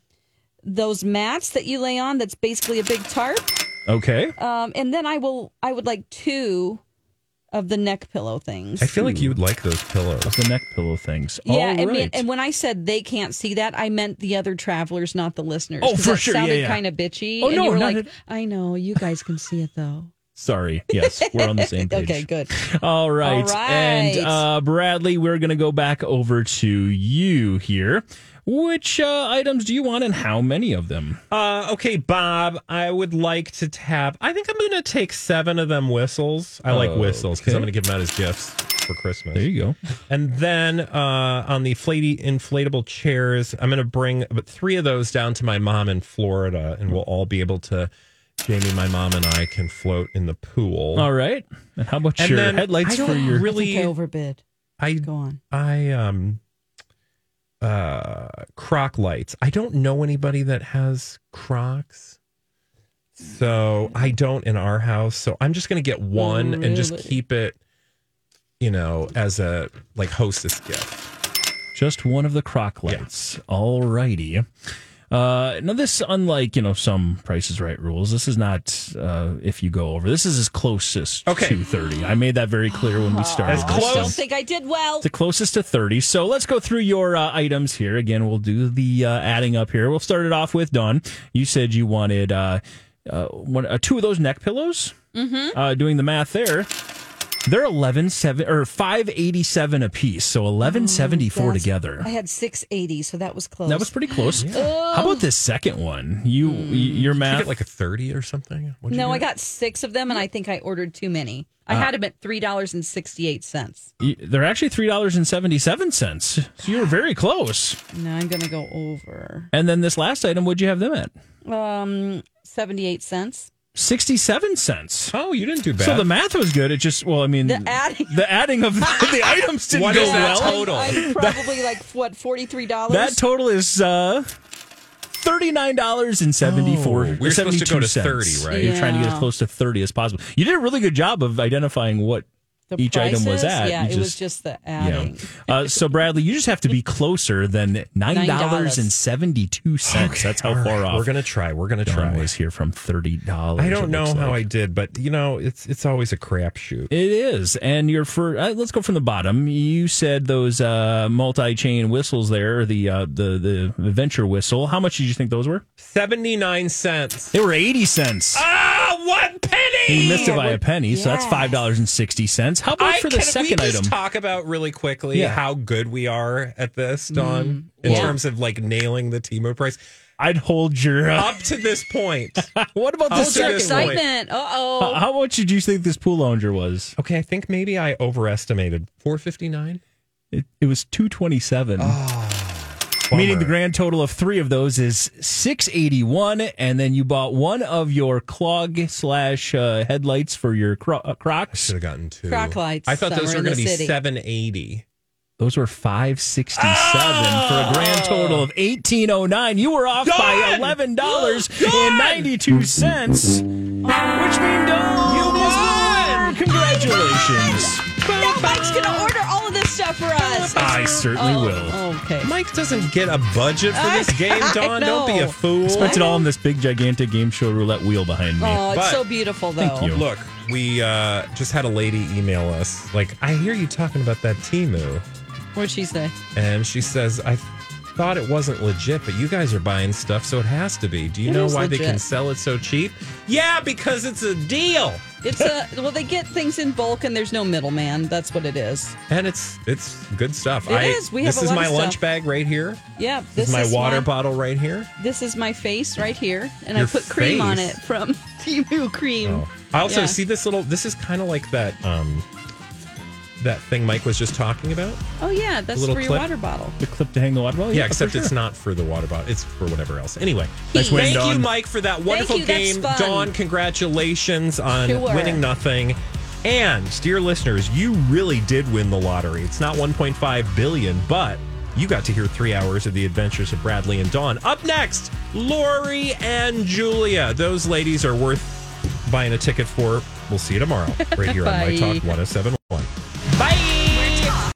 S1: those mats that you lay on. That's basically a big tarp.
S9: Okay.
S1: Um, and then I will. I would like two of the neck pillow things.
S10: I feel like you would like those pillows.
S9: What's the neck pillow things?
S1: yeah,
S9: All
S1: and, me-
S9: right.
S1: and when I said they can't see that, I meant the other travelers, not the listeners.
S9: Oh,
S1: 'cause
S9: for
S1: that
S9: sure. Yeah,
S1: Sounded
S9: yeah.
S1: kind of bitchy.
S9: Oh,
S1: and
S9: no,
S1: you were
S9: not
S1: like,
S9: at-
S1: I know you guys can see it though.
S9: Sorry. Yes, we're on the same page.
S1: Okay, good.
S9: All
S1: All
S9: right.
S1: right.
S9: And uh, Bradley, we're going to go back over to you here. Which uh, items do you want and how many of them?
S10: Uh, okay, Bob, I would like to tap. I think I'm going to take seven of them whistles. I like whistles because I'm
S9: Oh, Okay.
S10: going to give them out as gifts for Christmas.
S9: There you go.
S10: And then uh, on the flaty inflatable chairs, I'm going to bring about three of those down to my mom in Florida, and we'll all be able to. Jamie, my mom, and I can float in the pool.
S9: All right. And how about
S10: And
S9: your
S10: then
S9: headlights
S10: I don't
S9: for your?
S1: I think I
S10: really.
S1: overbid.
S10: I
S1: Go on.
S10: I um uh croc lights. I don't know anybody that has crocs. So I don't in our house. So I'm just gonna get one and just
S1: Really?
S10: keep it, you know, as a like hostess gift.
S9: Just one of the croc lights. All righty. Uh, now this, unlike you know some Price is Right rules, this is not uh, if you go over. This is as closest to thirty. I made that very clear when we started.
S1: As
S9: this
S1: close. I
S9: thing.
S1: don't think I did well.
S9: It's the closest to 30. So let's go through your uh, items here. Again, we'll do the uh, adding up here. We'll start it off with Dawn. You said you wanted uh, uh, one, uh, two of those neck pillows.
S1: Mhm.
S9: Uh, doing the math there. They're 11 seven, or 587 apiece. So 1174
S1: Yes.
S9: together.
S1: I had 680, so that was close.
S9: That was pretty close.
S1: Yeah.
S9: How about this second one? You, y- your math
S10: get like a 30 or something?
S1: no, I got six of them, and I think I ordered too many. I
S9: Uh,
S1: had them at three dollars and sixty-eight cents.
S9: You- They're actually three dollars and seventy seven cents. So you were very close.
S1: Now I'm gonna go over.
S9: And then this last item, what'd you have them at?
S1: Um, seventy-eight cents.
S9: 67 cents.
S10: Oh, you didn't do
S9: So
S10: bad.
S9: the math was good. It just, well, I mean,
S1: The adding-
S9: the adding of the items didn't
S10: What
S9: go
S10: is that
S9: well.
S10: total?
S1: I'm probably like what forty-three dollars.
S9: That total is uh, $39.74.
S10: Oh, we're supposed to go to
S9: 72
S10: 30, right?
S9: You're trying to get as
S1: Yeah.
S9: close to 30 as possible. You did a really good job of identifying what
S1: The
S9: each item was
S1: prices?
S9: at.
S1: Yeah,
S9: You
S1: it was just the
S9: yeah.
S1: adding.
S9: Uh, so, Bradley, you just have to be closer than $9.72. That's how far off.
S10: We're going to try. We're going to
S9: Don
S10: try.
S9: was here from $30.
S10: I
S9: it
S10: don't know
S9: looks
S10: how
S9: like.
S10: I did, but you know, it's it's always a crapshoot.
S9: It is, and your for uh, let's go from the bottom. You said those uh, multi-chain whistles there, the uh, the the venture whistle. How much did you think those were?
S10: 79 cents.
S9: They were eighty cents.
S10: Ah, one penny.
S9: you missed it by a penny, so that's
S1: Yes.
S9: five dollars and sixty cents. How about
S10: I
S9: for the
S10: can we
S9: second
S10: just
S9: item?
S10: talk about really quickly
S9: Yeah.
S10: how good we are at this, Don, in
S9: Yeah.
S10: terms of like nailing the Timo price.
S9: I'd hold your. Uh,
S10: Up to this point,
S9: what about the
S10: Hold
S1: It's your
S9: second?
S10: your this point.
S1: excitement. Uh
S9: How,
S1: oh.
S9: how much did you think this pool lounger was?
S10: okay, I think maybe I overestimated. Four fifty nine.
S9: It, it was two twenty-seven. Meaning the grand total of three of those is six eighty one, and then you bought one of your clog slash uh, headlights for your cro- uh, Crocs.
S10: should have gotten two.
S1: Crock lights
S10: I thought those
S1: somewhere in
S10: were going to
S1: the
S10: be
S1: city.
S10: seven eighty.
S9: Those were five sixty seven for a grand total of eighteen oh nine. You were off by
S10: Oh! Done!
S9: eleven dollars and ninety two cents, which means Don, you won. Congratulations!
S1: Now Mike's gonna order all of this stuff for us.
S9: I certainly
S1: Oh,
S9: will.
S1: Okay.
S10: Mike doesn't get a budget for this game,
S1: I
S10: Don. Don't be a
S1: know.
S10: fool.
S9: Spent it all in this big gigantic game show roulette wheel behind me.
S1: Oh, it's
S10: But-
S1: so beautiful though.
S9: Thank you.
S10: Look, we uh, just had a lady email us. Like, I hear you talking about that Timu,
S1: What'd she say?
S10: and she says, "I thought it wasn't legit, but you guys are buying stuff, so it has to be." Do you
S1: It
S10: know
S1: is
S10: why they can
S1: legit.
S10: sell it so cheap? Yeah, because it's a deal,
S1: It's a well, they get things in bulk and there's no middleman. That's what it is.
S10: and it's it's good stuff.
S1: It
S10: I,
S1: is. We have
S10: this
S1: a
S10: is
S1: lot
S10: my
S1: of
S10: lunch
S1: stuff.
S10: bag right here.
S1: Yeah,
S10: This, is my water
S1: my,
S10: bottle right here.
S1: This is my face right here, and I
S10: Your
S1: put cream on
S10: face?
S1: it from Timu cream.
S10: Oh. I also
S1: Yeah.
S10: see this little. This is kind of like that um that thing Mike was just talking about.
S1: Oh yeah, that's
S10: Little
S1: for your
S10: clip.
S1: water bottle.
S9: The clip to hang the water bottle.
S10: Oh, Yeah, except it's not for the water bottle. It's for whatever else. Anyway,
S1: Nice win,
S10: thank you,
S9: Dawn.
S10: Mike, for that wonderful
S1: you, that's
S10: game.
S1: fun.
S10: Dawn, congratulations on
S1: Sure.
S10: winning nothing. And, dear listeners, you really did win the lottery. It's not 1.5 billion, but you got to hear three hours of the adventures of Bradley and Dawn. Up next, Lori and Julia. Those ladies are worth buying a ticket for. We'll see you tomorrow, right here on My
S1: Bye.
S10: Talk 1071.